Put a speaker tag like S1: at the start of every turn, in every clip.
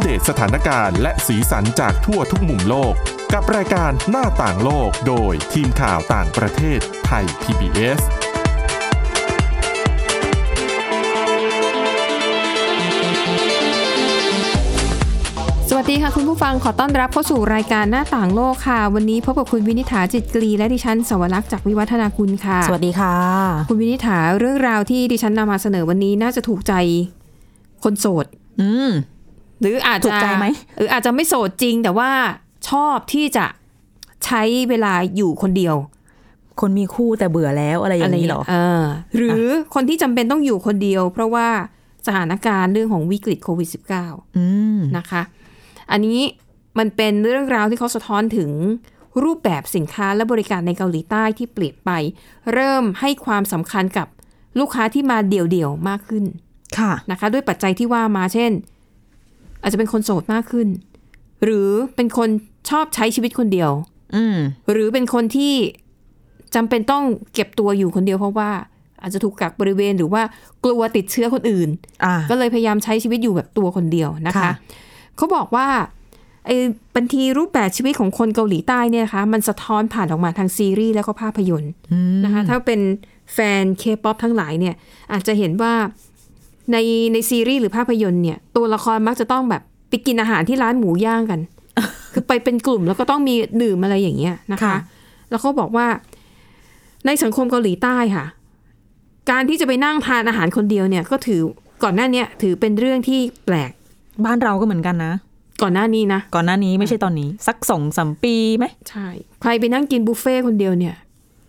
S1: เดตสถานการณ์และสีสันจากทั่วทุกมุมโลก กับรายการหน้าต่างโลกโดยทีมข่าวต่างประเทศไทย PBS
S2: สวัสดีค่ะคุณผู้ฟังขอต้อนรับเข้าสู่รายการหน้าต่างโลกค่ะ วันนี้พบกับคุณวินิษฐาจิตกรีและดิฉันสวรักษ์จากวิวัฒนาคุณค่ะ
S3: สวัสดีค่ะ
S2: คุณวินิษฐาเรื่องราวที่ดิฉันนำมาเสนอวันนี้น่าจะถูกใจคนโสด
S3: อืม
S2: หรืออาจจะ
S3: ถูกใจไหม
S2: หรืออาจจะไม่โสดจริง แต่ว่าชอบที่จะใช้เวลาอยู่คนเดียว
S3: คนมีคู่แต่เบื่อแล้วอะไรอย่างนี้เหรอ
S2: เออหรือคนที่จำเป็นต้องอยู่คนเดียว เพราะว่าสถานการณ์เรื่องของวิกฤตโควิด -19
S3: อืม
S2: นะคะ อันนี้มันเป็นเรื่องราวที่เขาสะท้อนถึงรูปแบบสินค้าและบริการในเกาหลีใต้ที่เปลี่ยนไป เริ่มให้ความสำคัญกับลูกค้าที่มาเดี่ยวๆมากขึ้น
S3: ค่ะ
S2: นะคะ ด้วยปัจจัยที่ว่ามาเช่น อาจจะเป็นคนโสดมากขึ้น หรือเป็นคนชอบใช้ชีวิตคนเดียว
S3: อืม
S2: หรือเป็นคนที่จำเป็นต้องเก็บตัวอยู่คนเดียวเพราะว่า อาจจะถูกกักบริเวณหรือว่ากลัวติดเชื้อคนอื่น
S3: อ่า
S2: ก็เลยพยายามใช้ชีวิตอยู่แบบตัวคนเดียวนะคะ
S3: ค่ะ
S2: เขาบอกว่าไอ้บันทีรูปแบบชีวิตของคนเกาหลีใต้เนี่ยนะคะ มันสะท้อนผ่านออกมาทางซีรีส์แล้วก็ภาพยนตร์นะคะ ถ้าเป็นแฟนเคป๊อปทั้งหลายเนี่ย อาจจะเห็นว่าในในซีรีส์หรือภาพยนตร์เนี่ย ตัวละครมักจะต้องแบบไปกินอาหารที่ร้านหมูย่ างกัน คือไปเป็นกลุ่มแล้วก็ต้องมีดื่มอะไรอย่างเงี้ยนะคะ
S3: ค่ะ
S2: แล้วเขาบอกว่า ในสังคมเกาหลีใต้ค่ะ การที่จะไปนั่งทานอาหารคนเดียวเนี่ย ก็ถือก่อนหน้าเนี้ยถือเป็นเรื่องที่แปลก
S3: บ้านเราก็เหมือนกันนะ
S2: ก่อนหน้านี้นะ
S3: ก่อนหน้านี้ไม่ใช่ตอนนี้ สักสองสามปีไหม
S2: ใช่ ใครไปนั่งกินบุฟเฟ่ต์คนเดียวเนี่ย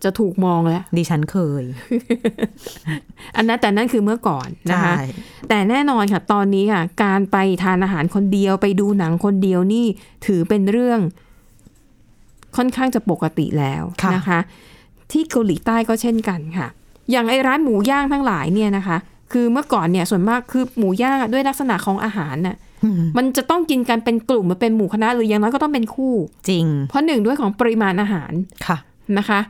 S2: จะถูกมองแล้ว
S3: ดิฉันเคย
S2: อันนั้นแต่นั่นคือเมื่อก่อนนะคะ
S3: ใช่
S2: แต่แน่นอนค่ะตอนนี้ค่ะ การไปทานอาหารคนเดียวไปดูหนังคนเดียวนี่ถือเป็นเรื่องค่อนข้างจะปกติแล้ว
S3: ค่ะ
S2: นะคะ ที่เกาหลีใต้ก็เช่นกันค่ะ อย่างไอร้านหมูย่างทั้งหลายเนี่ยนะคะ คือเมื่อก่อนเนี่ยส่วนมากคือหมูย่างอะด้วยลักษณะของอาหารน่ะมันจะต้องกินกันเป็นกลุ่มมันเป็นหมู่คณะหรืออย่างน้อยก็ต้องเป็นคู่
S3: จริง
S2: เพราะหนึ่งด้วยของปริมาณอาหาร
S3: ค่ะ
S2: นะคะ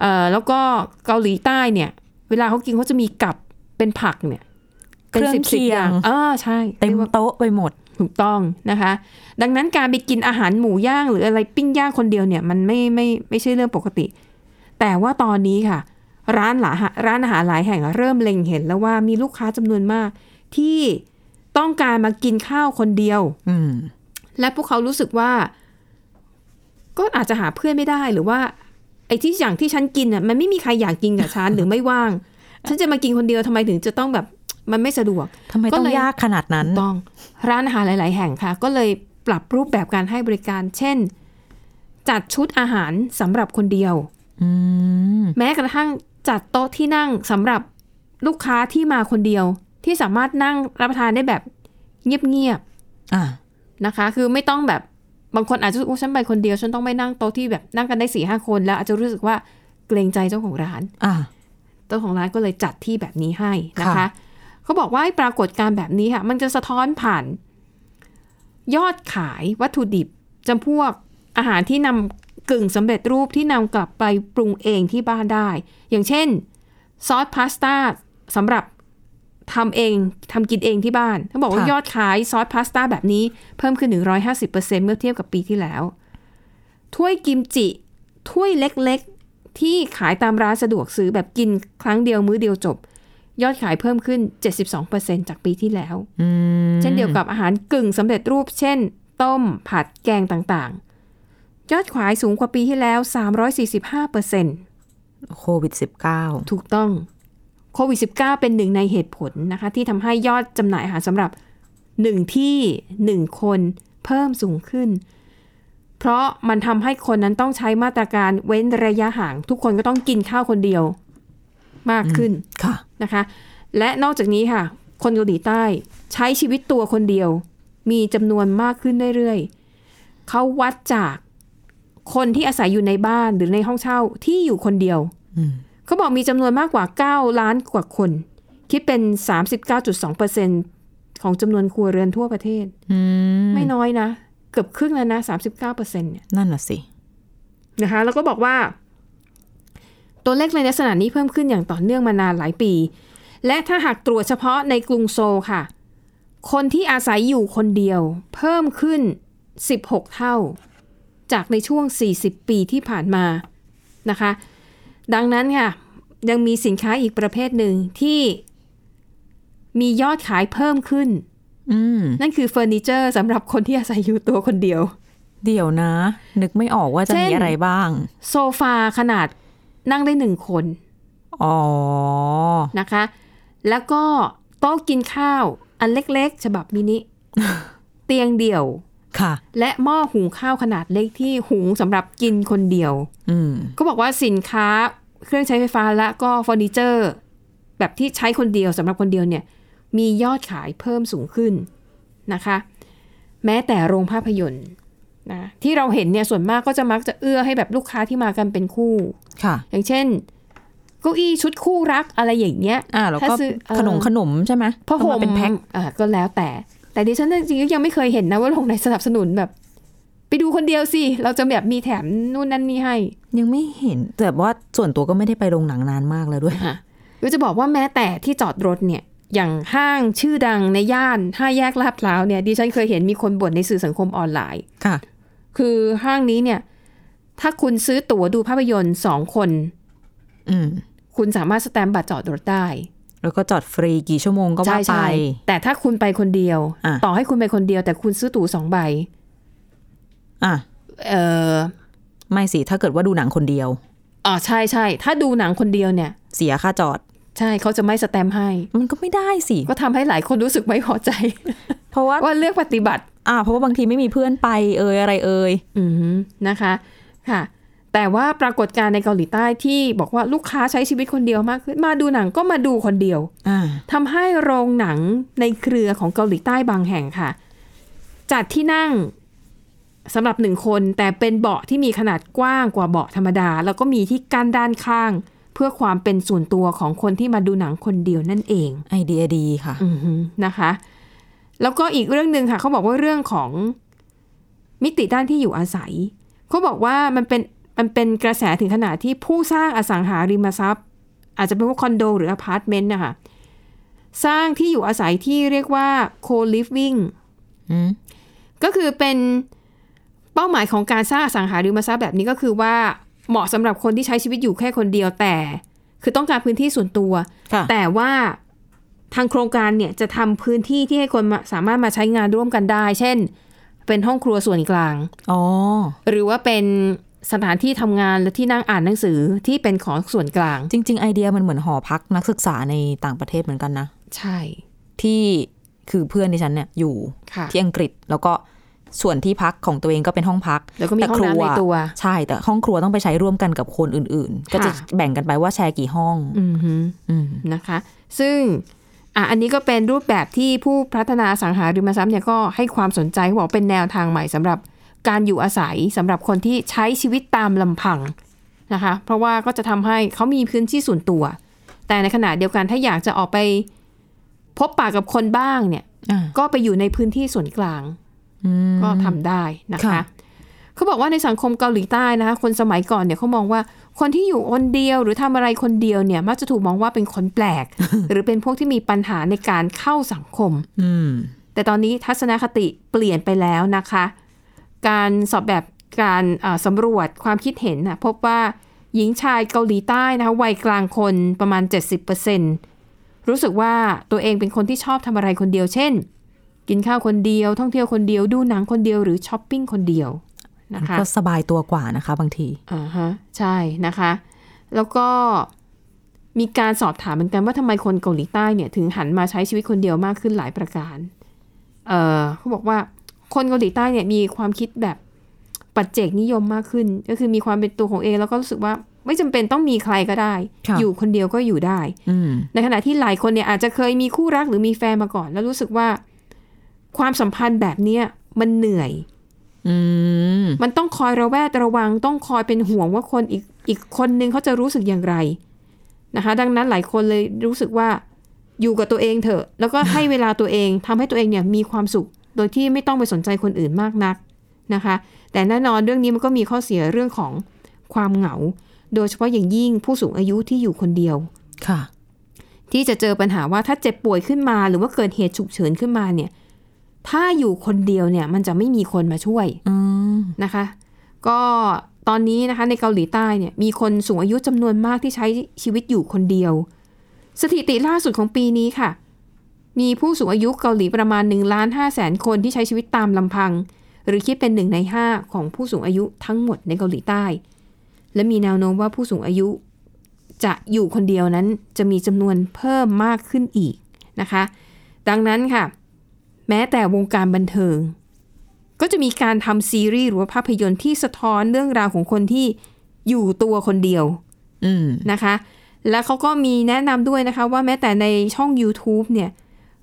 S2: เอ่อแล้วก็เกาหลีใต้เนี่ย เวลาเขากินเขาจะมีกับเป็นผักเนี่ยเป็น
S3: เครื่อง
S2: สิบสิบอย่าง
S3: เคียง
S2: เออใช่
S3: เต็ม
S2: รียกว่า
S3: โต๊ะไปหมด
S2: ถูกต้องนะคะ ดังนั้นการไปกินอาหารหมูย่างหรืออะไรปิ้งย่างคนเดียวเนี่ย มันไม่ไม่ไม่ใช่เรื่องปกติ แต่ว่าตอนนี้ค่ะ ร้านหลาร้านอาหารหลายแห่งเริ่มเล็งเห็นแล้วว่ามีลูกค้าจำนวนมาก ที่ต้องการมากินข้าวคนเดียว
S3: อืม
S2: และพวกเขารู้สึกว่า ก็อาจจะหาเพื่อนไม่ได้หรือว่า ไอ้ที่อย่างที่ฉันกินอ่ะมันไม่มีใครอยากกินกับฉัน หรือไม่ว่าง ฉันจะมากินคนเดียวทำไมถึงจะต้องแบบมันไม่สะ ดวก
S3: ทำไม
S2: ก็
S3: ต้อง
S2: เลย
S3: ยากขนาดนั้น
S2: ถูกต้องร้านอาหารหลาย ๆ แห่งค่ะ ก็เลยปรับรูปแบบการให้บริการ เช่น จัดชุดอาหารสำหรับคนเดียว
S3: อืม
S2: แม้กระทั่งจัดโต๊ะที่นั่งสำหรับลูกค้าที่มาคนเดียว ที่สามารถนั่งรับประทานได้แบบเงียบ ๆ
S3: อ่า
S2: นะคะ คือไม่ต้องแบบบางคนอาจจะรู้สึกโอ้ฉันไปคนเดียว ฉันต้องไปนั่งโต๊ะที่แบบนั่งกันได้สี่ห้าคน แล้วอาจจะรู้สึกว่าเกรงใจเจ้าของร้าน
S3: อ่า
S2: เจ้าของร้านก็เลยจัดที่แบบนี้ให้นะคะ
S3: ค่ะ
S2: เขาบอกว่าไอ้ปรากฏการณ์แบบนี้ค่ะ มันจะสะท้อนผ่าน ยอดขายวัตถุดิบจำพวกอาหารที่นำกึ่งสำเร็จรูปที่นำกลับไปปรุงเองที่บ้านได้ อย่างเช่น ซอสพาสต้าสำหรับทำเองทำกินเองที่บ้านเขาบอกว่า
S3: ค่ะ
S2: ยอดขายซอสพาสต้าแบบนี้เพิ่มขึ้น 150%เมื่อเทียบกับปีที่แล้ว ถ้วยกิมจิ ถ้วยเล็กๆ ที่ขายตามร้านสะดวกซื้อแบบกินครั้งเดียวมื้อเดียวจบ ยอดขายเพิ่มขึ้น 72%จากปีที่แล้ว
S3: อืม
S2: เช่นเดียวกับอาหารกึ่งสำเร็จรูป เช่น ต้ม ผัดแกงต่างๆ ยอดขายสูงกว่าปีที่แล้ว 345%
S3: โควิด -19
S2: ถูกต้องโควิด -19 เป็นหนึ่งในเหตุผลนะคะ ที่ทำให้ยอดจำหน่ายอาหารสำหรับ 1 ที่ 1 คนเพิ่มสูงขึ้น เพราะมันทำให้คนนั้นต้องใช้มาตรการเว้นระยะห่าง ทุกคนก็ต้องกินข้าวคนเดียวมากขึ้น
S3: ค่ะ
S2: นะคะและนอกจากนี้ค่ะ คนเกาหลีใต้ใช้ชีวิตตัวคนเดียว มีจำนวนมากขึ้นเรื่อยๆเขาวัดจากคนที่อาศัยอยู่ในบ้านหรือในห้องเช่าที่อยู่คนเดียวเขาบอกมีจำนวนมากกว่า 9 ล้านกว่าคน คิดเป็น 39.2%ของจำนวนครัวเรือนทั่วประเทศ
S3: อืม
S2: ไม่น้อยนะ เกือบครึ่งแล้วนะ39%เนี่ย
S3: นั่นน่ะสิ
S2: นะคะแล้วก็บอกว่า ตัวเลขในลักษณะนี้เพิ่มขึ้นอย่างต่อเนื่องมานานหลายปี และถ้าหากตรวจเฉพาะในกรุงโซลค่ะ คนที่อาศัยอยู่คนเดียว เพิ่มขึ้น 16 เท่า จากในช่วง 40 ปีที่ผ่านมานะคะ ดังนั้นค่ะ ยังมีสินค้าอีกประเภทหนึ่งที่มียอดขายเพิ่มขึ้น
S3: อืม
S2: นั่นคือเฟอร์นิเจอร์สำหรับคนที่อาศัยอยู่ตัวคนเดียว
S3: เดี๋ยวนะ นึกไม่ออกว่าจะ
S2: เช่น
S3: มีอะไรบ้าง
S2: โซฟาขนาดนั่งได้หนึ่งคน
S3: อ๋อ
S2: นะคะ แล้วก็โต๊ะกินข้าว อันเล็กๆ ฉบับมินิ เตียงเดี่ยว
S3: ค่ะ
S2: และหม้อหุงข้าวขนาดเล็กที่หุงสำหรับกินคนเดียว
S3: อืม
S2: ก็บอกว่าสินค้าเครื่องใช้ไฟฟ้าและก็เฟอร์นิเจอร์ แบบที่ใช้คนเดียวสำหรับคนเดียวเนี่ย มียอดขายเพิ่มสูงขึ้นนะคะ แม้แต่โรงภาพยนตร์นะที่เราเห็นเนี่ยส่วนมากก็จะมักจะเอื้อให้แบบลูกค้าที่มากันเป็นคู่
S3: ค่ะ
S2: อย่างเช่นเก้าอี้ชุดคู่รักอะไรอย่างเงี้ย
S3: อ่าแล้วก็
S2: ถ้าซื้อเอ่อ
S3: ขนมขนมใช่ไหม
S2: ผ้าห่
S3: เอาาม เป็นแพ็ค
S2: อ่าก็แล้วแต่ แต่ดิฉันจริงๆก็ยังไม่เคยเห็นนะว่าโรงไหนสนับสนุนแบบ ไปดูคนเดียวสิ เราจะแบบมีแถมนู่นนั่นนี่ให้
S3: ยังไม่เห็น แต่ว่าส่วนตัวก็ไม่ได้ไปโรงหนังนานมากแล้วด้วย
S2: ก็จะบอกว่าแม้แต่ที่จอดรถเนี่ย อย่างห้างชื่อดังในย่านห้าแยกลาดพร้าวเนี่ยดิฉันเคยเห็นมีคนบ่นในสื่อสังคมออนไลน์
S3: ค่ะ
S2: คือห้างนี้เนี่ย ถ้าคุณซื้อตั๋วดูภาพยนตร์สองคน
S3: อืม
S2: คุณสามารถสแตมป์บัตรจอดรถได้
S3: แล้วก็จอดฟรีกี่ชั่วโมงก็ว่าไป
S2: แต่ถ้าคุณไปคนเดียว
S3: อ่ะ
S2: ต่อให้คุณไปคนเดียวแต่คุณซื้อตั๋วสองใบ
S3: อ่ะ
S2: เออ
S3: ไม่สิ ถ้าเกิดว่าดูหนังคนเดียว
S2: อ๋อใช่ใช่ถ้าดูหนังคนเดียวเนี่ย
S3: เสียค่าจอด
S2: ใช่เขาจะไม่สแตมป์ให้
S3: มันก็ไม่ได้สิ
S2: ก็ทำให้หลายคนรู้สึกไม่พอใจ
S3: เพราะว่า
S2: ว่าเลือกปฏิบัติ
S3: อ่า เพราะว่าบางทีไม่มีเพื่อนไปเอยอะไรเอย
S2: อืมนะคะค่ะ แต่ว่าปรากฏการณ์ในเกาหลีใต้ที่บอกว่าลูกค้าใช้ชีวิตคนเดียวมากขึ้น มาดูหนังก็มาดูคนเดียว
S3: อ่า
S2: ทำให้โรงหนังในเครือของเกาหลีใต้บางแห่งค่ะ จัดที่นั่งสำหรับหนึ่งคนแต่เป็นเบาะที่มีขนาดกว้างกว่าเบาะธรรมดา แล้วก็มีที่กั้นด้านข้าง เพื่อความเป็นส่วนตัวของคนที่มาดูหนังคนเดียวนั่นเอง
S3: ไอเดียดีค่ะ
S2: อือฮึนะคะ แล้วก็อีกเรื่องหนึ่งค่ะเขาบอกว่าเรื่องของมิติด้านที่อยู่อาศัยเขาบอกว่ามันเป็นมันเป็นกระแสถึงขนาดที่ผู้สร้างอสังหาริมทรัพย์ อาจจะเป็นพวกคอนโดหรืออพาร์ตเมนต์นะคะสร้างที่อยู่อาศัยที่เรียกว่า co-living
S3: อืม
S2: ก็คือเป็นเป้าหมายของการสร้างอสังหาริมทรัพย์แบบนี้ก็คือว่าเหมาะสำหรับคนที่ใช้ชีวิตอยู่แค่คนเดียวแต่ คือต้องการพื้นที่ส่วนตัว
S3: ค่ะ
S2: แต่ว่าทางโครงการเนี่ยจะทำพื้นที่ที่ให้คนมาสามารถมาใช้งานร่วมกันได้ เช่น เป็นห้องครัวส่วนกลาง
S3: อ๋อ
S2: หรือว่าเป็นสถานที่ทำงานและที่นั่งอ่านหนังสือที่เป็นของส่วนกลาง
S3: จริง ๆ ไอเดียมันเหมือนหอพักนักศึกษาในต่างประเทศเหมือนกันนะ
S2: ใช่
S3: ที่คือเพื่อนดิฉันเนี่ยอยู่
S2: ค่ะ
S3: ที่อังกฤษแล้วก็ส่วนที่พักของตัวเองก็เป็นห้องพัก
S2: แล้วก็มี
S3: ต่
S2: ห้องน้ำในตัว
S3: ใช่แต่ห้องครัวต้องไปใช้ร่วมกันกับคนอื่น ๆ ก็จะ
S2: ค่ะ
S3: แบ่งกันไปว่าแชร์กี่ห้อง
S2: อือหือ
S3: อืม
S2: นะคะซึ่งอ่ะอันนี้ก็เป็นรูปแบบที่ผู้พัฒนาอสังหาริมทรัพย์เนี่ยก็ให้ความสนใจบอกเป็นแนวทางใหม่สำหรับการอยู่อาศัยสำหรับคนที่ใช้ชีวิตตามลำพังนะคะเพราะว่าก็จะทำให้เขามีพื้นที่ส่วนตัว แต่ในขณะเดียวกันถ้าอยากจะออกไปพบปะกับคนบ้างเนี่ย
S3: อ่า
S2: ก็ไปอยู่ในพื้นที่ส่วนกลาง
S3: อืม
S2: ก็ทำได้นะคะ
S3: ค่ะ
S2: เขาบอกว่าในสังคมเกาหลีใต้นะคะคนสมัยก่อนเนี่ยเขามองว่าคนที่อยู่คนเดียวหรือทำอะไรคนเดียวเนี่ยมักจะถูกมองว่าเป็นคนแปล ก หรือเป็นพวกที่มีปัญหาในการเข้าสังคม
S3: อืม
S2: แต่ตอนนี้ทัศนคติเปลี่ยนไปแล้วนะคะ การสอบแบบการเอ่อสำรวจความคิดเห็นนะพบว่าหญิงชายเกาหลีใต้นะคะวัยกลางคนประมาณ 70%รู้สึกว่าตัวเองเป็นคนที่ชอบทำอะไรคนเดียว เช่น กินข้าวคนเดียว ท่องเที่ยวคนเดียว ดูหนังคนเดียวหรือช้อปปิ้งคนเดียวนะคะ
S3: ก็สบายตัวกว่านะคะ บางที
S2: อ่าฮะใช่นะคะ แล้วก็มีการสอบถามเหมือนกันว่าทำไมคนเกาหลีใต้เนี่ยถึงหันมาใช้ชีวิตคนเดียวมากขึ้นหลายประการเออเขาบอกว่าคนเกาหลีใต้เนี่ยมีความคิดแบบปัจเจกนิยมมากขึ้น ก็คือมีความเป็นตัวของเอง แล้วก็รู้สึกว่าไม่จำเป็นต้องมีใครก็ได้
S3: ค่ะ
S2: อยู่คนเดียวก็อยู่ได้
S3: อืม
S2: ในขณะที่หลายคนเนี่ยอาจจะเคยมีคู่รักหรือมีแฟนมาก่อน แล้วรู้สึกว่าความสัมพันธ์แบบเนี้ยมันเหนื่อย
S3: อืม
S2: มันต้องคอยระแวดระวัง ต้องคอยเป็นห่วงว่าคนอีกอีกคนนึงเขาจะรู้สึกอย่างไรนะคะ ดังนั้นหลายคนเลยรู้สึกว่าอยู่กับตัวเองเถอะ แล้วก็ให้เวลาตัวเองทำให้ตัวเองเนี่ยมีความสุข โดยที่ไม่ต้องไปสนใจคนอื่นมากนักนะคะ แต่แน่นอนเรื่องนี้มันก็มีข้อเสียเรื่องของความเหงา โดยเฉพาะอย่างยิ่งผู้สูงอายุที่อยู่คนเดียว
S3: ค่ะ
S2: ที่จะเจอปัญหาว่าถ้าเจ็บป่วยขึ้นมา หรือว่าเกิดเหตุฉุกเฉินขึ้นมาเนี่ย ถ้าอยู่คนเดียวเนี่ย มันจะไม่มีคนมาช่วย
S3: อืม
S2: นะคะ ก็ตอนนี้นะคะในเกาหลีใต้เนี่ยมีคนสูงอายุจำนวนมากที่ใช้ชีวิตอยู่คนเดียว สถิติล่าสุดของปีนี้ค่ะ มีผู้สูงอายุเกาหลีประมาณ1ล้าน5แสนคนที่ใช้ชีวิตตามลำพัง หรือคิดเป็นหนึ่งใน 5 ของผู้สูงอายุทั้งหมดในเกาหลีใต้ และมีแนวโน้มว่าผู้สูงอายุ จะอยู่คนเดียวนั้นจะมีจำนวนเพิ่มมากขึ้นอีกนะคะ ดังนั้นค่ะ แม้แต่วงการบันเทิง ก็จะมีการทำซีรีส์หรือว่าภาพยนตร์ที่สะท้อนเรื่องราวของคนที่อยู่ตัวคนเดียว
S3: อืม
S2: นะคะ แล้วเขาก็มีแนะนำด้วยนะคะ ว่าแม้แต่ในช่อง YouTube เนี่ย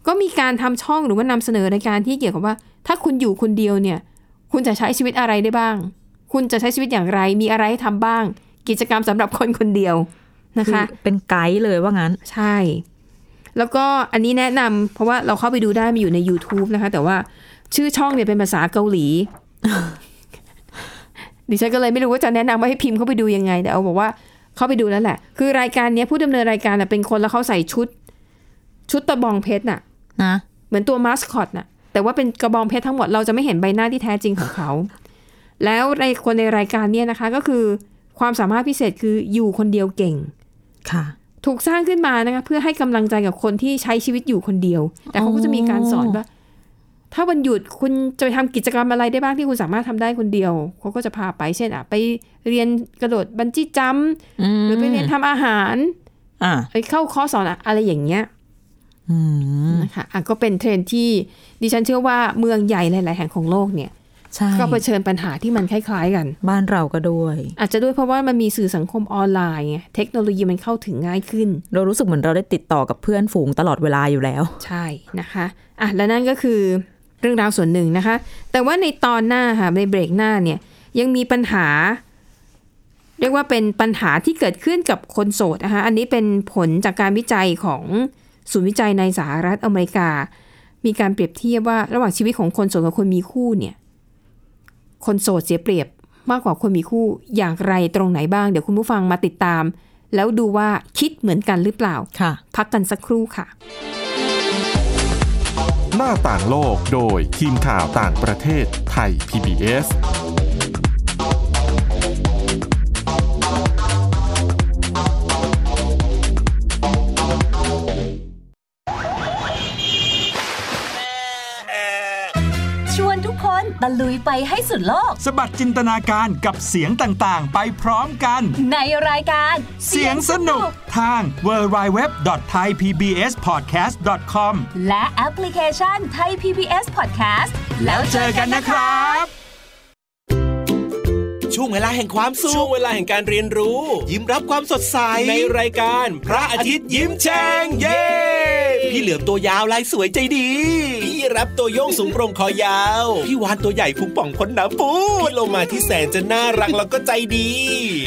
S2: ก็มีการทำช่องหรือว่านำเสนอรายการที่เกี่ยวกับว่า ถ้าคุณอยู่คนเดียวเนี่ย คุณจะใช้ชีวิตอะไรได้บ้าง คุณจะใช้ชีวิตอย่างไร มีอะไรให้ทำบ้าง กิจกรรมสำหรับคนคนเดียวนะคะ
S3: อเป็นไกด์เลยว่างั้น
S2: ใช่ แล้วก็อันนี้แนะนำเพราะว่าเราเข้าไปดูได้มีอยู่ใน YouTube นะคะ แต่ว่าชื่อช่องเนี่ยเป็นภาษาเกาหลี ดิฉันก็เลยไม่รู้ว่าจะแนะนำว่าให้พิมพ์เข้าไปดูยังไง แต่เอาบอกว่าเข้าไปดูแล้วแหละ คือรายการเนี้ยผู้ดำเนินรายการน่ะเป็นคนแล้วเขาใส่ชุด ชุดตะบองเพชรน่ะ
S3: นะ
S2: เหมือนตัวมาสคอตน่ะ แต่ว่าเป็นกระบองเพชรทั้งหมดเราจะไม่เห็นใบหน้าที่แท้จริงของเขา แล้วในคนในรายการเนี่ยนะคะ ก็คือความสามารถพิเศษคืออยู่คนเดียวเก่ง
S3: ค่ะ
S2: ถูกสร้างขึ้นมานะคะเพื่อให้กำลังใจกับคนที่ใช้ชีวิตอยู่คนเดียว แต่เขาก็จะมีการสอนว่า ถ้าวันหยุดคุณจะไปทำกิจกรรมอะไรได้บ้างที่คุณสามารถทำได้คนเดียวเขาก็จะพาไปเช่นอ่ะไปเรียนกระโดดบันจี้จัมป์
S3: อืม
S2: หรือไปเรียนทำอาหาร
S3: อ่า
S2: ไปเข้าคอร์สสอนอะอะไรอย่างเงี้ย
S3: อืม
S2: นะคะอ่ะก็เป็นเทรนด์ที่ดิฉันเชื่อว่าเมืองใหญ่หลาย ๆ แห่งของโลกเนี่ย
S3: ใช่
S2: ก็เผชิญปัญหาที่มันคล้าย ๆ กัน
S3: บ้านเราก็ด้วย
S2: อาจจะด้วยเพราะว่ามันมีสื่อสังคมออนไลน์ไงเทคโนโลยีมันเข้าถึงง่ายขึ้น
S3: เรารู้สึกเหมือนเราได้ติดต่อกับเพื่อนฝูงตลอดเวลาอยู่แล้ว
S2: ใช่นะคะอ่ะและนั่นก็คือเรื่องราวส่วนหนึ่งนะคะ แต่ว่าในตอนหน้าค่ะในเบรกหน้าเนี่ยยังมีปัญหา เรียกว่าเป็นปัญหาที่เกิดขึ้นกับคนโสดนะคะอันนี้เป็นผลจากการวิจัยของศูนย์วิจัยในสหรัฐอเมริกา มีการเปรียบเทียบว่าระหว่างชีวิตของคนโสดกับคนมีคู่เนี่ยคนโสดเสียเปรียบมากกว่าคนมีคู่อย่างไรตรงไหนบ้าง เดี๋ยวคุณผู้ฟังมาติดตาม แล้วดูว่าคิดเหมือนกันหรือเปล่า
S3: ค่ะ
S2: พักกันสักครู่ค่ะ
S1: หน้าต่างโลกโดยทีมข่าวต่างประเทศไทย PBS
S4: ชวนทุกคนตะลุยไปให้สุดโลก
S5: สะบัดจินตนาการกับเสียงต่างๆ ไปพร้อมกัน
S4: ในรายการ
S5: เสียงสนุกทาง w w w t h a i p b s p o d c a s t c o m
S4: และแอปพลิเคชันไทย PBS Podcast แล้วเจ
S5: เจ
S4: อ
S5: อ
S4: กั
S5: กัน น
S4: นะ
S5: นะ
S4: ค
S5: ค
S4: รั
S5: รับ บ
S6: ช่วงเวลาแห่งความสุ
S7: ช่วง
S6: ข
S7: เวลาแห่งการเรียนรู้
S6: ยิ้มรับความสดใส
S7: ในรายการพระอาทิตย์ยิ้มแฉ่งเย้
S6: พี่เหลือมตัวยาวลายสวยใจดี
S7: พี่รับตัวโยงสูงโปร่งคอยาว พี่
S6: พี่วานตัวใหญ่พุงป่องพ้นหน้ำปูด
S7: โลมาที่แสนจะน่ารักแล้วก็ใจดี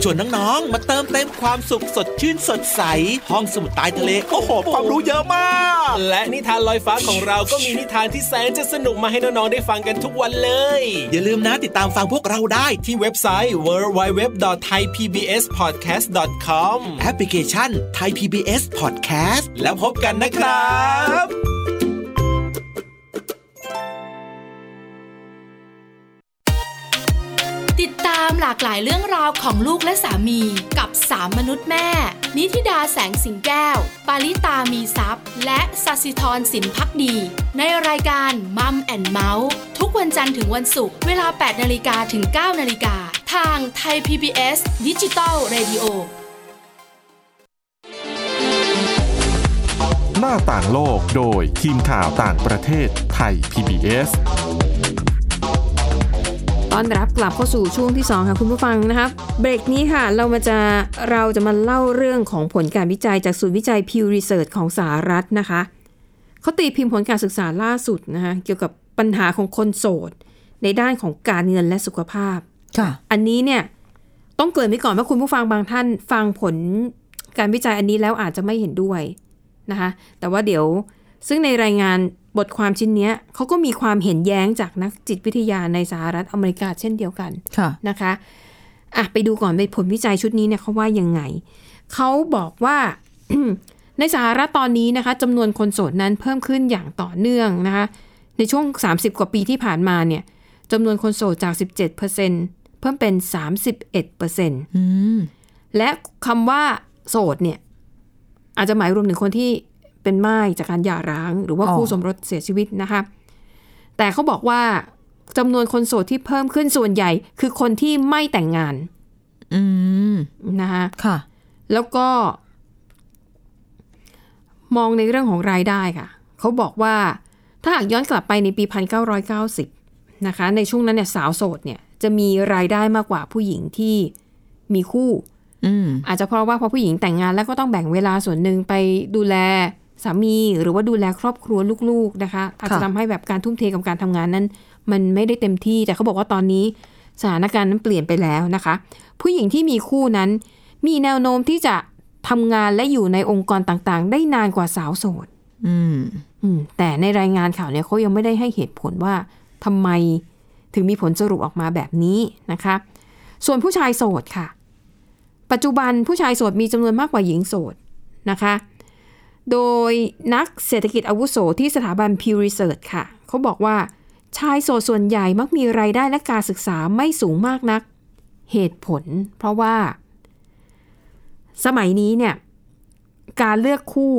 S6: ชวนน้องๆ มาเติมเต็มความสุขสดชื่นสดใส ห้องสมุดใต้ทะเล โอ้โห ความรู้เยอะมาก
S7: และนิทานลอยฟ้าของเราก็มีนิทานที่แสนจะสนุกมาให้น้องๆได้ฟังกันทุกวันเลย
S6: อย่าลืมนะติดตามฟังพวกเราได้ที่
S7: ที่เว็บไซต์ www.thaipbspodcast.com
S6: แอปพลิเคชันไทย PBS Podcast
S7: แล้วพบกันนะครับ
S8: ติดตามหลากหลายเรื่องราวของลูกและสามีกับสามมนุษย์แม่ นิธิดาแสงสิงแก้ว ปาริตามีซัพ์และสัสิธรสินพักดี ในรายการมัมแอนเมาส์ทุกวันจันทร์ถึงวันศุกร์เวลา 8นาฬิกาถึง 9นาฬิกาทางไทย PBS ดิจิตอล Radio
S1: หน้าต่างโลกโดยทีมข่าวต่างประเทศไทย PBS
S2: ต้อนรับกลับเข้าสู่ช่วงที่ 2 ค่ะคุณผู้ฟังนะครับ เบรกนี้ค่ะ เรามาจะเราจะมาเล่าเรื่องของผลการวิจัยจากศูนย์วิจัย Pew Research ของสหรัฐนะคะเขาตีพิมพ์ผลการศึกษาล่าสุดนะคะเกี่ยวกับปัญหาของคนโสด ในด้านของการเงินและสุขภาพ
S3: ค่ะ
S2: อันนี้เนี่ยต้องเกรินไว้ก่อนว่าคุณผู้ฟังบางท่านฟังผลการวิจัยอันนี้แล้วอาจจะไม่เห็นด้วยนะคะ แต่ว่าเดี๋ยวซึ่งในรายงานบทความชิ้นเนี้ยเขาก็มีความเห็นแย้งจากนักจิตวิทยาในสหรัฐอเมริกาเช่นเดียวกัน
S3: ค่ะ
S2: นะคะอ่ะไปดูก่อนไปผลวิจัยชุดนี้เนี่ยเขาว่ายังไง เขาบอกว่า ในสหรัฐตอนนี้นะคะจำนวนคนโสดนั้นเพิ่มขึ้นอย่างต่อเนื่องนะคะ ในช่วง 30 กว่าปีที่ผ่านมาเนี่ยจำนวนคนโสดจาก 17%เพิ่มเป็น 31%
S3: อืม
S2: และคำว่าโสดเนี่ยอาจจะหมายรวมถึงคนที่เป็นม่ายจากการหย่าร้าง หรือว่าคู่สมรสเสียชีวิตนะคะ แต่เขาบอกว่าจำนวนคนโสดที่เพิ่มขึ้นส่วนใหญ่ คือคนที่ไม่แต่งงาน
S3: อืม
S2: นะคะ
S3: ค่ะ
S2: แล้วก็ มองในเรื่องของรายได้ค่ะ เขาบอกว่าถ้าหากย้อนกลับไปในปี 1990 นะคะ ในช่วงนั้นเนี่ยสาวโสดเนี่ยจะมีรายได้มากกว่าผู้หญิงที่มีคู่
S3: อืม
S2: อาจจะเพราะว่าพอผู้หญิงแต่งงานแล้วก็ต้องแบ่งเวลาส่วนหนึ่งไปดูแลสามี หรือว่าดูแลครอบครัวลูกๆนะคะ อาจจะทำให้แบบการทุ่มเทกับการทำงานนั้น มันไม่ได้เต็มที่ แต่เขาบอกว่าตอนนี้สถานการณ์นั้นเปลี่ยนไปแล้วนะคะ ผู้หญิงที่มีคู่นั้น มีแนวโน้มที่จะทำงานและอยู่ในองค์กรต่างๆ ได้นานกว่าสาวโสด
S3: อืม
S2: อืมแต่ในรายงานข่าวเนี่ยเขายังไม่ได้ให้เหตุผลว่าทำไมถึงมีผลสรุปออกมาแบบนี้นะคะ ส่วนผู้ชายโสดค่ะ ปัจจุบันผู้ชายโสดมีจำนวนมากกว่าหญิงโสดนะคะ โดยนักเศรษฐกิจอาวุโสที่สถาบัน Pew Research ค่ะ เขาบอกว่าชายโสดส่วนใหญ่มักมีรายได้และการศึกษาไม่สูงมากนัก เหตุผล เพราะว่า สมัยนี้เนี่ย การเลือกคู่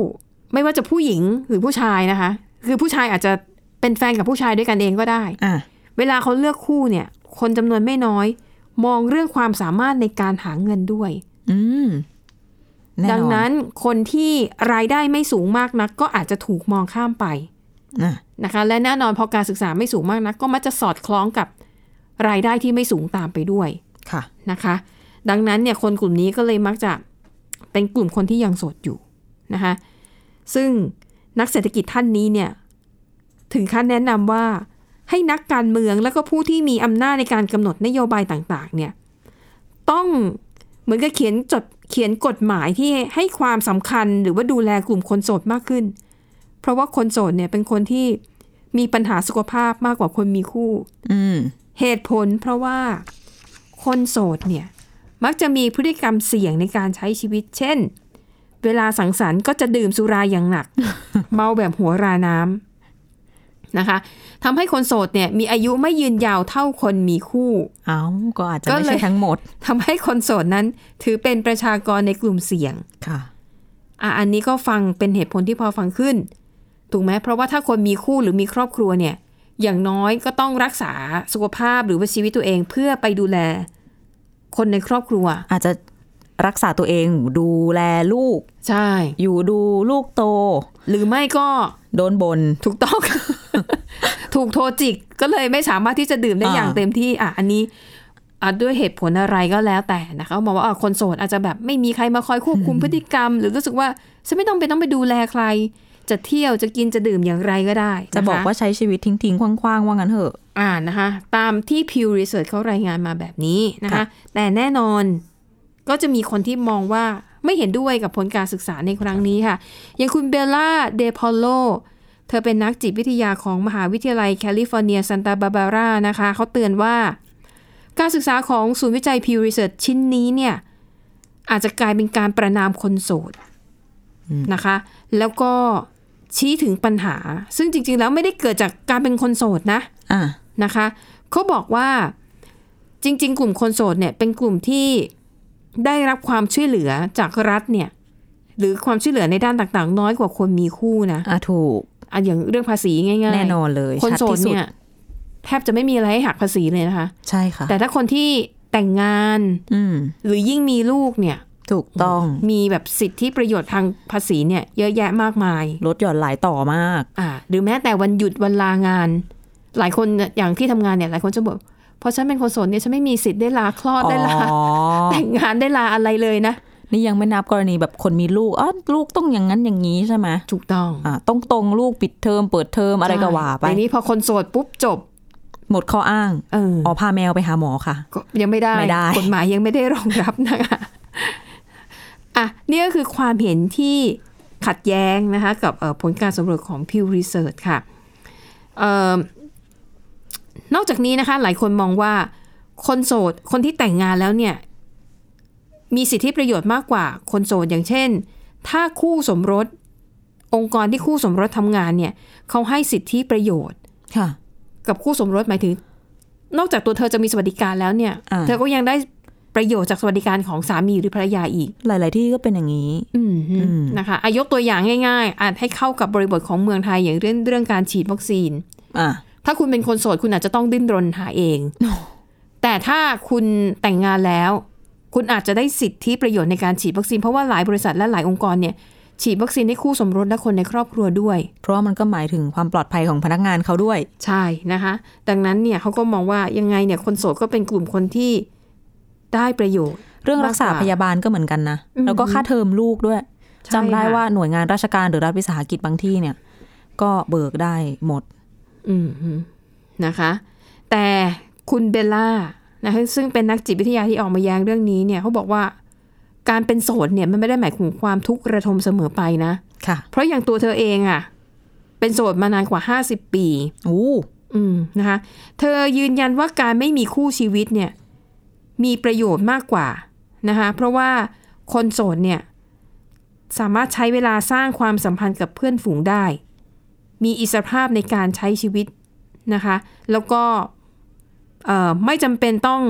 S2: ไม่ว่าจะผู้หญิงหรือผู้ชายนะคะ คือผู้ชายอาจจะเป็นแฟนกับผู้ชายด้วยกันเองก็ได้
S3: อ่ะ
S2: เวลาเขาเลือกคู่เนี่ย คนจำนวนไม่น้อย มองเรื่องความสามารถในการหาเงินด้วย
S3: อืมแอ
S2: ดังนั้นคนที่รายได้ไม่สูงมากนัก ก็อาจจะถูกมองข้ามไป
S3: อ่ะ
S2: นะคะ และแน่นอนพอการศึกษาไม่สูงมากนัก ก็มักจะสอดคล้องกับรายได้ที่ไม่สูงตามไปด้วย
S3: ค่ะ
S2: นะคะ ดังนั้นเนี่ยคนกลุ่มนี้ก็เลยมักจะเป็นกลุ่มคนที่ยังโสดอยู่นะคะซึ่งนักเศรษฐกิจท่านนี้เนี่ยถึงขั้นแนะนำว่าให้นักการเมืองและก็ผู้ที่มีอำนาจในการกำหนดนโยบายต่างๆเนี่ยต้องเหมือนกับเขียนจดเขียนกฎหมายที่ให้ความสำคัญหรือว่าดูแลกลุ่มคนโสดมากขึ้น เพราะว่าคนโสดเนี่ยเป็นคนที่มีปัญหาสุขภาพมากกว่าคนมีคู่
S3: อืม
S2: เหตุผลเพราะว่าคนโสดเนี่ยมักจะมีพฤติกรรมเสี่ยงในการใช้ชีวิต เช่น เวลาสังสรรค์ก็จะดื่มสุราอย่างหนัก เมาแบบหัวราน้ำนะคะทำให้คนโสดเนี่ยมีอายุไม่ยืนยาวเท่าคนมีคู่
S3: เอาก็อาจจะ
S2: ก็
S3: ไม่
S2: เลย
S3: ใช่ทั้งหมด
S2: ทำให้คนโสดนั้นถือเป็นประชากรในกลุ่มเสี่ยง
S3: ค่ะ
S2: อ่ะอันนี้ก็ฟังเป็นเหตุผลที่พอฟังขึ้น ถูกไหมเพราะว่าถ้าคนมีคู่หรือมีครอบครัวเนี่ย อย่างน้อยก็ต้องรักษาสุขภาพหรือว่าชีวิตตัวเองเพื่อไปดูแล คนในครอบครัว
S3: อาจจะรักษาตัวเองดูแลลูก
S2: ใช่
S3: อยู่ดูลูกโต
S2: หรือไม่ก็
S3: โดนบน
S2: ถูกต้อง ถูกโทรจิกก็เลยไม่สามารถที่จะดื่มได้
S3: อ่า
S2: อย่างเต็มที่ อ่ะ อันนี้อ่ะด้วยเหตุผลอะไรก็แล้วแต่นะคะมองว่าอ่ะคนโสดอาจจะแบบไม่มีใครมาคอยควบคุมพฤติกรรม หรือรู้สึกว่าฉันไม่ต้องไปนต้องไปดูแลใคร จะเที่ยวจะกินจะดื่มอย่างไรก็ได้นค
S3: จะบอกว่าใช้ชีวิตทิ้งๆคว้างๆว่างั้นเถอะ
S2: อ่านนะคะ ตามที่ Pew Research เขารายงานมาแบบนี้นะคะ
S3: ค่ะ
S2: แต่แน่นอนก็จะมีคนที่มองว่าไม่เห็นด้วยกับผลการศึกษาในครั้งนี้ค่ะ อย่างคุณเบลล่าเดพอลโล เธอเป็นนักจิตวิทยาของมหาวิทยาลัยแคลิฟอร์เนียซันตาบาบารานะคะ เขาเตือนว่า การศึกษาของศูนย์วิจัย Pew Research ชิ้นนี้เนี่ย อาจจะกลายเป็นการประนามคนโสดนะคะ แล้วก็ชี้ถึงปัญหา ซึ่งจริง ๆ แล้วไม่ได้เกิดจากการเป็นคนโสดนะ
S3: อ่ะ
S2: นะคะเขาบอกว่าจริง ๆ กลุ่มคนโสดเนี่ยเป็นกลุ่มที่ได้รับความช่วยเหลือจากรัฐเนี่ยหรือความช่วยเหลือในด้านต่างๆ น้อยกว่าคนมีคู่นะ
S3: อ่ะถูก
S2: อ่ะอย่างเรื่องภาษีง่ายๆ
S3: แน่นอนเลย
S2: คน
S3: ชัด
S2: โสด
S3: ที่สุด
S2: เนี่ยแทบจะไม่มีอะไรให้หักภาษีเลยนะคะ
S3: ใช่ค่ะ
S2: แต่ถ้าคนที่แต่งงาน
S3: อืม
S2: หรือยิ่งมีลูกเนี่ย
S3: ถูกต้อง
S2: มีแบบสิทธิประโยชน์ทางภาษีเนี่ยเยอะแยะมากมาย
S3: ลดหย่อนหลายต่อมาก
S2: อ่าหรือแม้แต่วันหยุดวันลางาน หลายคนเนี่ยอย่างที่ทำงานเนี่ยหลายคนจะบอกเพราะฉันเป็นคนโสดเนี่ยฉันไม่มีสิทธิ์ได้ลาคลอด
S3: อ๋อ
S2: ได้ลาแต่งงานได้ลาอะไรเลยนะ
S3: นี่ยังไม่นับกรณีแบบคนมีลูกอ๋อลูกต้องอย่างนั้นอย่างนี้ใช่ไหม
S2: ถูกต้อง
S3: อ่ะต้องตรงลูกปิดเทอมเปิดเทอมอะไรก็ว่าไป
S2: ทีนี้พอคนโสดปุ๊บจบ
S3: หมดข้ออ้าง
S2: เออ
S3: อ๋อพาแมวไปหาหมอค่ะ
S2: ก็ยังไม่ได้
S3: ไม่ได้
S2: กฎหมายยังไม่ได้รองรับนะคะ อ่ะนี่ก็คือความเห็นที่ขัดแย้งนะคะ กับเอ่อผลการสำรวจของ Pew Research ค่ะเอ่อนอกจากนี้นะคะ หลายคนมองว่า คนโสด คนที่แต่งงานแล้วเนี่ย มีสิทธิประโยชน์มากกว่าคนโสดอย่างเช่น ถ้าคู่สมรส องค์กรที่คู่สมรสทำงานเนี่ยเขาให้สิทธิประโยชน์
S3: ค่ะ
S2: กับคู่สมรสหมายถึง นอกจากตัวเธอจะมีสวัสดิการแล้วเนี่ย
S3: อ่า
S2: เธอก็ยังได้ประโยชน์จากสวัสดิการของสามีหรือภรรยาอีก
S3: หลาย ๆ ที่ก็เป็นอย่างนี้
S2: อืม
S3: อืม
S2: นะคะอายกตัวอย่างง่ายๆ อาจให้เข้ากับบริบทของเมืองไทยอย่างเรื่องเรื่องการฉีดวัคซีน
S3: อ่ะ
S2: ถ้าคุณเป็นคนโสดคุณอาจจะต้องดิ้นรนหาเอง แต่ถ้าคุณแต่งงานแล้ว คุณอาจจะได้สิทธิประโยชน์ในการฉีดวัคซีน เพราะว่าหลายบริษัทและหลายองค์กรเนี่ยฉีดวัคซีนให้คู่สมรสและคนในครอบครัวด้วย
S3: เพราะว่ามันก็หมายถึงความปลอดภัยของพนักงานเขาด้วย
S2: ใช่นะคะ ดังนั้นเนี่ยเขาก็มองว่ายังไงเนี่ยคนโสดก็เป็นกลุ่มคนที่ได้ประโยชน์
S3: เรื่องรักษาพยาบาลก็เหมือนกันนะ
S2: อืม
S3: แล้วก็ค่าเทอมลูกด้วย
S2: ใช่
S3: จำได้
S2: ค่ะ
S3: ว่าหน่วยงานราชการหรือรัฐวิสาหกิจบางที่เนี่ย ก็เบิกได้หมด
S2: อืมฮึนะคะ แต่คุณเบลล่านะคะซึ่งเป็นนักจิตวิทยาที่ออกมาแย้งเรื่องนี้เนี่ยเขาบอกว่าการเป็นโสดเนี่ยมันไม่ได้หมายถึงความทุกข์ระทมเสมอไปนะ
S3: ค่ะ
S2: เพราะอย่างตัวเธอเองอะเป็นโสดมานานกว่า 50 ปี
S3: อู้
S2: อืมนะคะ เธอยืนยันว่าการไม่มีคู่ชีวิตเนี่ยมีประโยชน์มากกว่านะคะเพราะว่าคนโสดเนี่ยสามารถใช้เวลาสร้างความสัมพันธ์กับเพื่อนฝูงได้ มีอิสรภาพในการใช้ชีวิตนะคะ แล้วก็เอ่อไม่จำเป็นต้อง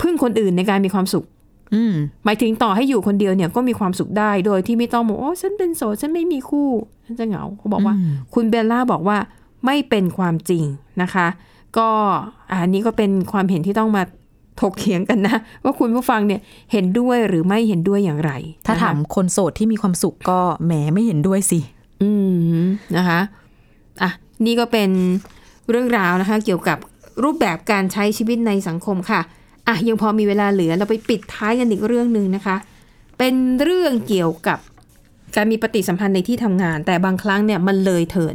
S2: พึ่งคนอื่นในการมีความสุข
S3: อืม
S2: หมายถึงต่อให้อยู่คนเดียวเนี่ยก็มีความสุขได้โดยที่ไม่ต้องบอกโอ้ฉันเป็นโสดฉันไม่มีคู่ฉันจะเหงาเขาบอกว่า
S3: อืม
S2: คุณเบลล่าบอกว่าไม่เป็นความจริงนะคะ ก็อันนี้ก็เป็นความเห็นที่ต้องมาถกเถียงกันนะ ว่าคุณผู้ฟังเนี่ยเห็นด้วยหรือไม่เห็นด้วยอย่างไร
S3: ถ้า
S2: นะคะ
S3: ถามคนโสดที่มีความสุขก็แหมไม่เห็นด้วยสิ
S2: อืมนะคะอ่ะนี่ก็เป็นเรื่องราวนะคะ เกี่ยวกับรูปแบบการใช้ชีวิตในสังคมค่ะอ่ะยังพอมีเวลาเหลือเราไปปิดท้ายกันอีกเรื่องหนึ่งนะคะ เป็นเรื่องเกี่ยวกับการมีปฏิสัมพันธ์ในที่ทำงาน แต่บางครั้งเนี่ยมันเลยเถิด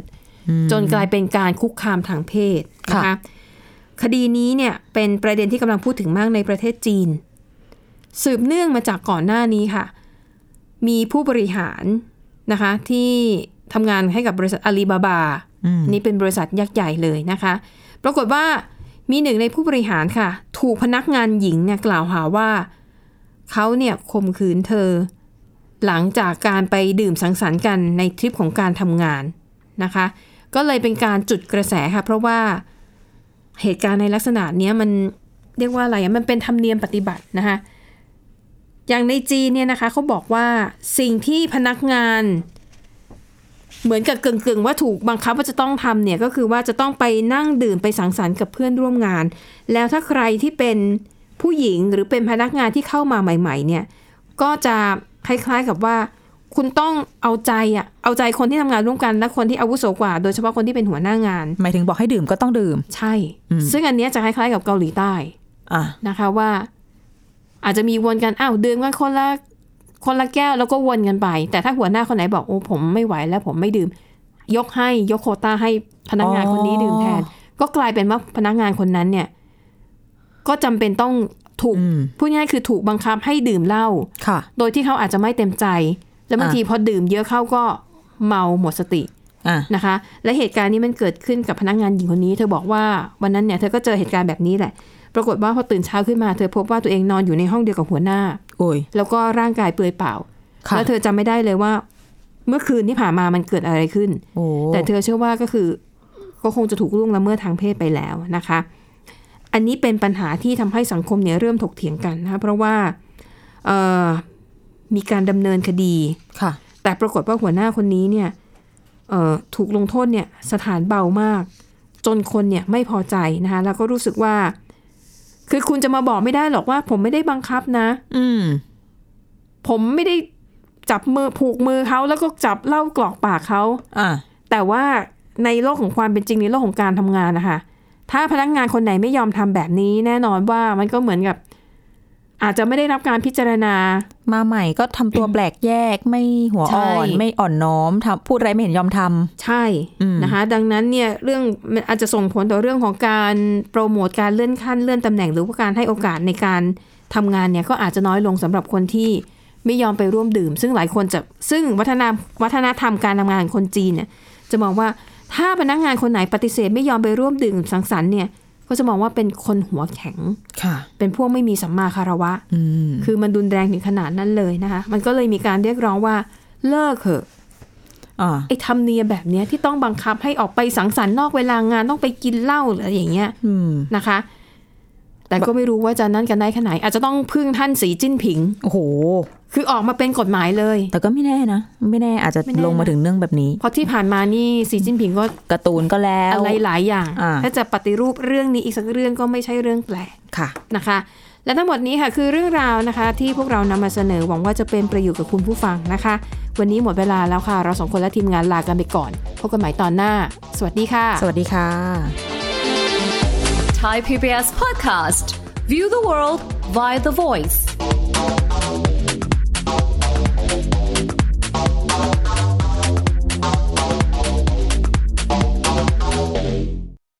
S2: จนกลายเป็นการคุกคามทางเพศนะคะ
S3: ค่ะ
S2: คดีนี้เนี่ยเป็นประเด็นที่กำลังพูดถึงมากในประเทศจีน สืบเนื่องมาจากก่อนหน้านี้ค่ะ มีผู้บริหารนะคะที่ทำงานให้กับบริษัทอาลีบาบา นี่เป็นบริษัทยักษ์ใหญ่เลยนะคะ ปรากฏว่ามีหนึ่งในผู้บริหารค่ะ ถูกพนักงานหญิงเนี่ยกล่าวหาว่า เขาเนี่ยข่มขืนเธอ หลังจากการไปดื่มสังสรรค์กันในทริปของการทำงานนะคะ ก็เลยเป็นการจุดกระแสค่ะ เพราะว่าเหตุการณ์ในลักษณะเนี้ยมันเรียกว่าอะไรอะมันเป็นธรรมเนียมปฏิบัตินะคะ อย่างในจีนเนี่ยนะคะเขาบอกว่าสิ่งที่พนักงาน เหมือนกับกึ่งกึ่งๆว่าถูกบังคับว่าจะต้องทำเนี่ยก็คือว่าจะต้องไปนั่งดื่มไปสังสรรค์กับเพื่อนร่วมงาน แล้วถ้าใครที่เป็นผู้หญิงหรือเป็นพนักงานที่เข้ามาใหม่ ๆ เนี่ย ก็จะคล้ายๆกับว่า คุณต้องเอาใจอะเอาใจคนที่ทำงานร่วมกันและคนที่อาวุโสกว่า โดยเฉพาะคนที่เป็นหัวหน้างาน
S3: หมายถึงบอกให้ดื่มก็ต้องดื่ม
S2: ใช่ ซึ่งอันเนี้ยจะคล้ายๆกับเกาหลีใต้
S3: อ่ะ
S2: นะคะว่าอาจจะมีวนกันอ้าวดื่มกันคนละคนละแก้วแล้วก็วนกันไป แต่ถ้าหัวหน้าคนไหนบอกโอ้ผมไม่ไหวแล้วผมไม่ดื่ม ยกให้ยกโควต้าให้พนักงาน
S3: อ๋อ
S2: คนนี้ดื่มแทน ก็กลายเป็นว่าพนักงานคนนั้นเนี่ย ก็จำเป็นต้องถูกพูดง่ายๆคือถูกบังคับให้ดื่มเหล้า
S3: ค่ะ
S2: โดยที่เขาอาจจะไม่เต็มใจ แล้วบาง
S3: อ่ะ
S2: ทีพอดื่มเยอะเข้าก็เมาหมดสติ
S3: อ่ะ
S2: นะคะ และเหตุการณ์นี้มันเกิดขึ้นกับพนักงานหญิงคนนี้ เธอบอกว่าวันนั้นเนี่ยเธอก็เจอเหตุการณ์แบบนี้แหละ ปรากฏว่าพอตื่นเช้าขึ้นมาเธอพบว่าตัวเองนอนอยู่ในห้องเดียวกับหัวหน้า
S3: โอ้ย
S2: แล้วก็ร่างกายเปลือยเปล่า
S3: ค่ะ
S2: แล้วเธอจำไม่ได้เลยว่า เมื่อคืนที่ผ่านมามันเกิดอะไรขึ้น
S3: โอ้
S2: แต่เธอเชื่อว่าก็คือก็คงจะถูกล่วงละเมิดทางเพศไปแล้วนะคะ อันนี้เป็นปัญหาที่ทำให้สังคมเนี่ยเริ่มถกเถียงกันนะคะเพราะว่าเอ่อมีการดำเนินคดี
S3: ค่ะ
S2: แต่ปรากฏว่าหัวหน้าคนนี้เนี่ยเอ่อถูกลงโทษเนี่ยสถานเบามาก จนคนเนี่ยไม่พอใจนะคะแล้วก็รู้สึกว่า คือคุณจะมาบอกไม่ได้หรอกว่า ผมไม่ได้บังคับนะ
S3: อืม
S2: ผมไม่ได้จับมือผูกมือเขาแล้วก็จับเหล่ากรอกปากเขา
S3: อ่ะ
S2: แต่ว่าในโลกของความเป็นจริงในโลกของการทำงานนะคะถ้าพนักงานคนไหนไม่ยอมทำแบบนี้ แน่นอนว่ามันก็เหมือนกับ อาจจะไม่ได้รับการพิจารณา
S3: มาใหม่ก็ทำตัวแปลกแยกไม่หัวอ่อน
S2: ใช่
S3: ไม่อ่อนน้อมทำพูดอะไรไม่เห็นยอมทำ
S2: ใช่
S3: อืม
S2: นะคะดังนั้นเนี่ยเรื่องมันอาจจะส่งผลต่อเรื่องของการโปรโมทการเลื่อนขั้นเลื่อนตำแหน่ง หรือว่าการให้โอกาสในการทำงานเนี่ยก็อาจจะน้อยลงสำหรับคนที่ไม่ยอมไปร่วมดื่ม ซึ่งหลายคนจะซึ่งวัฒนธรรมวัฒนธรรมการทำงานของคนจีนเนี่ยจะมองว่าถ้าพนักงานคนไหนปฏิเสธไม่ยอมไปร่วมดื่มสังสรรค์เนี่ย ก็จะมองว่าเป็นคนหัวแข็ง
S3: ค่ะ
S2: เป็นพวกไม่มีสัมมาคารวะ
S3: อืม
S2: คือมันดุนแรงถึงขนาดนั้นเลยนะคะ มันก็เลยมีการเรียกร้องว่าเลิกเถอะ
S3: อ่า
S2: ไอ้ธรรมเนียมแบบเนี้ยที่ต้องบังคับให้ออกไปสังสรรค์นอกเวลางานต้องไปกินเหล้าหรืออะไรอย่างเงี้ย
S3: อืม
S2: นะคะ แต่ก็ไม่รู้ว่าจะนั่นกันได้ขนาดไหนอาจจะต้องพึ่งท่านสีจิ้นผิง
S3: โอ้โห
S2: คือออกมาเป็นกฎหมายเลย
S3: แต่ก็ไม่แน่นะ ไม่แน่อาจจะ
S2: ไม่แน่นะ
S3: ลงมาถึงเรื่องแบบนี้
S2: เพราะที่ผ่านมานี่สีจิ้นผิงก็
S3: การ์ตูนก็แล้ว
S2: อะไรหลายอย่าง
S3: อ่า
S2: ถ้าจะปฏิรูปเรื่องนี้อีกสักเรื่องก็ไม่ใช่เรื่องแปลก
S3: ค่ะ
S2: นะคะและทั้งหมดนี้ค่ะคือเรื่องราวนะคะ ที่พวกเรานำมาเสนอหวังว่าจะเป็นประโยชน์กับคุณผู้ฟังนะคะ วันนี้หมดเวลาแล้วค่ะ เราสองคนและทีมงานลากันไปก่อนพบกันใหม่ตอนหน้า สวัสดีค่ะ
S3: สวัสดีค่ะ
S4: Thai PBS podcast. View the world via the voice.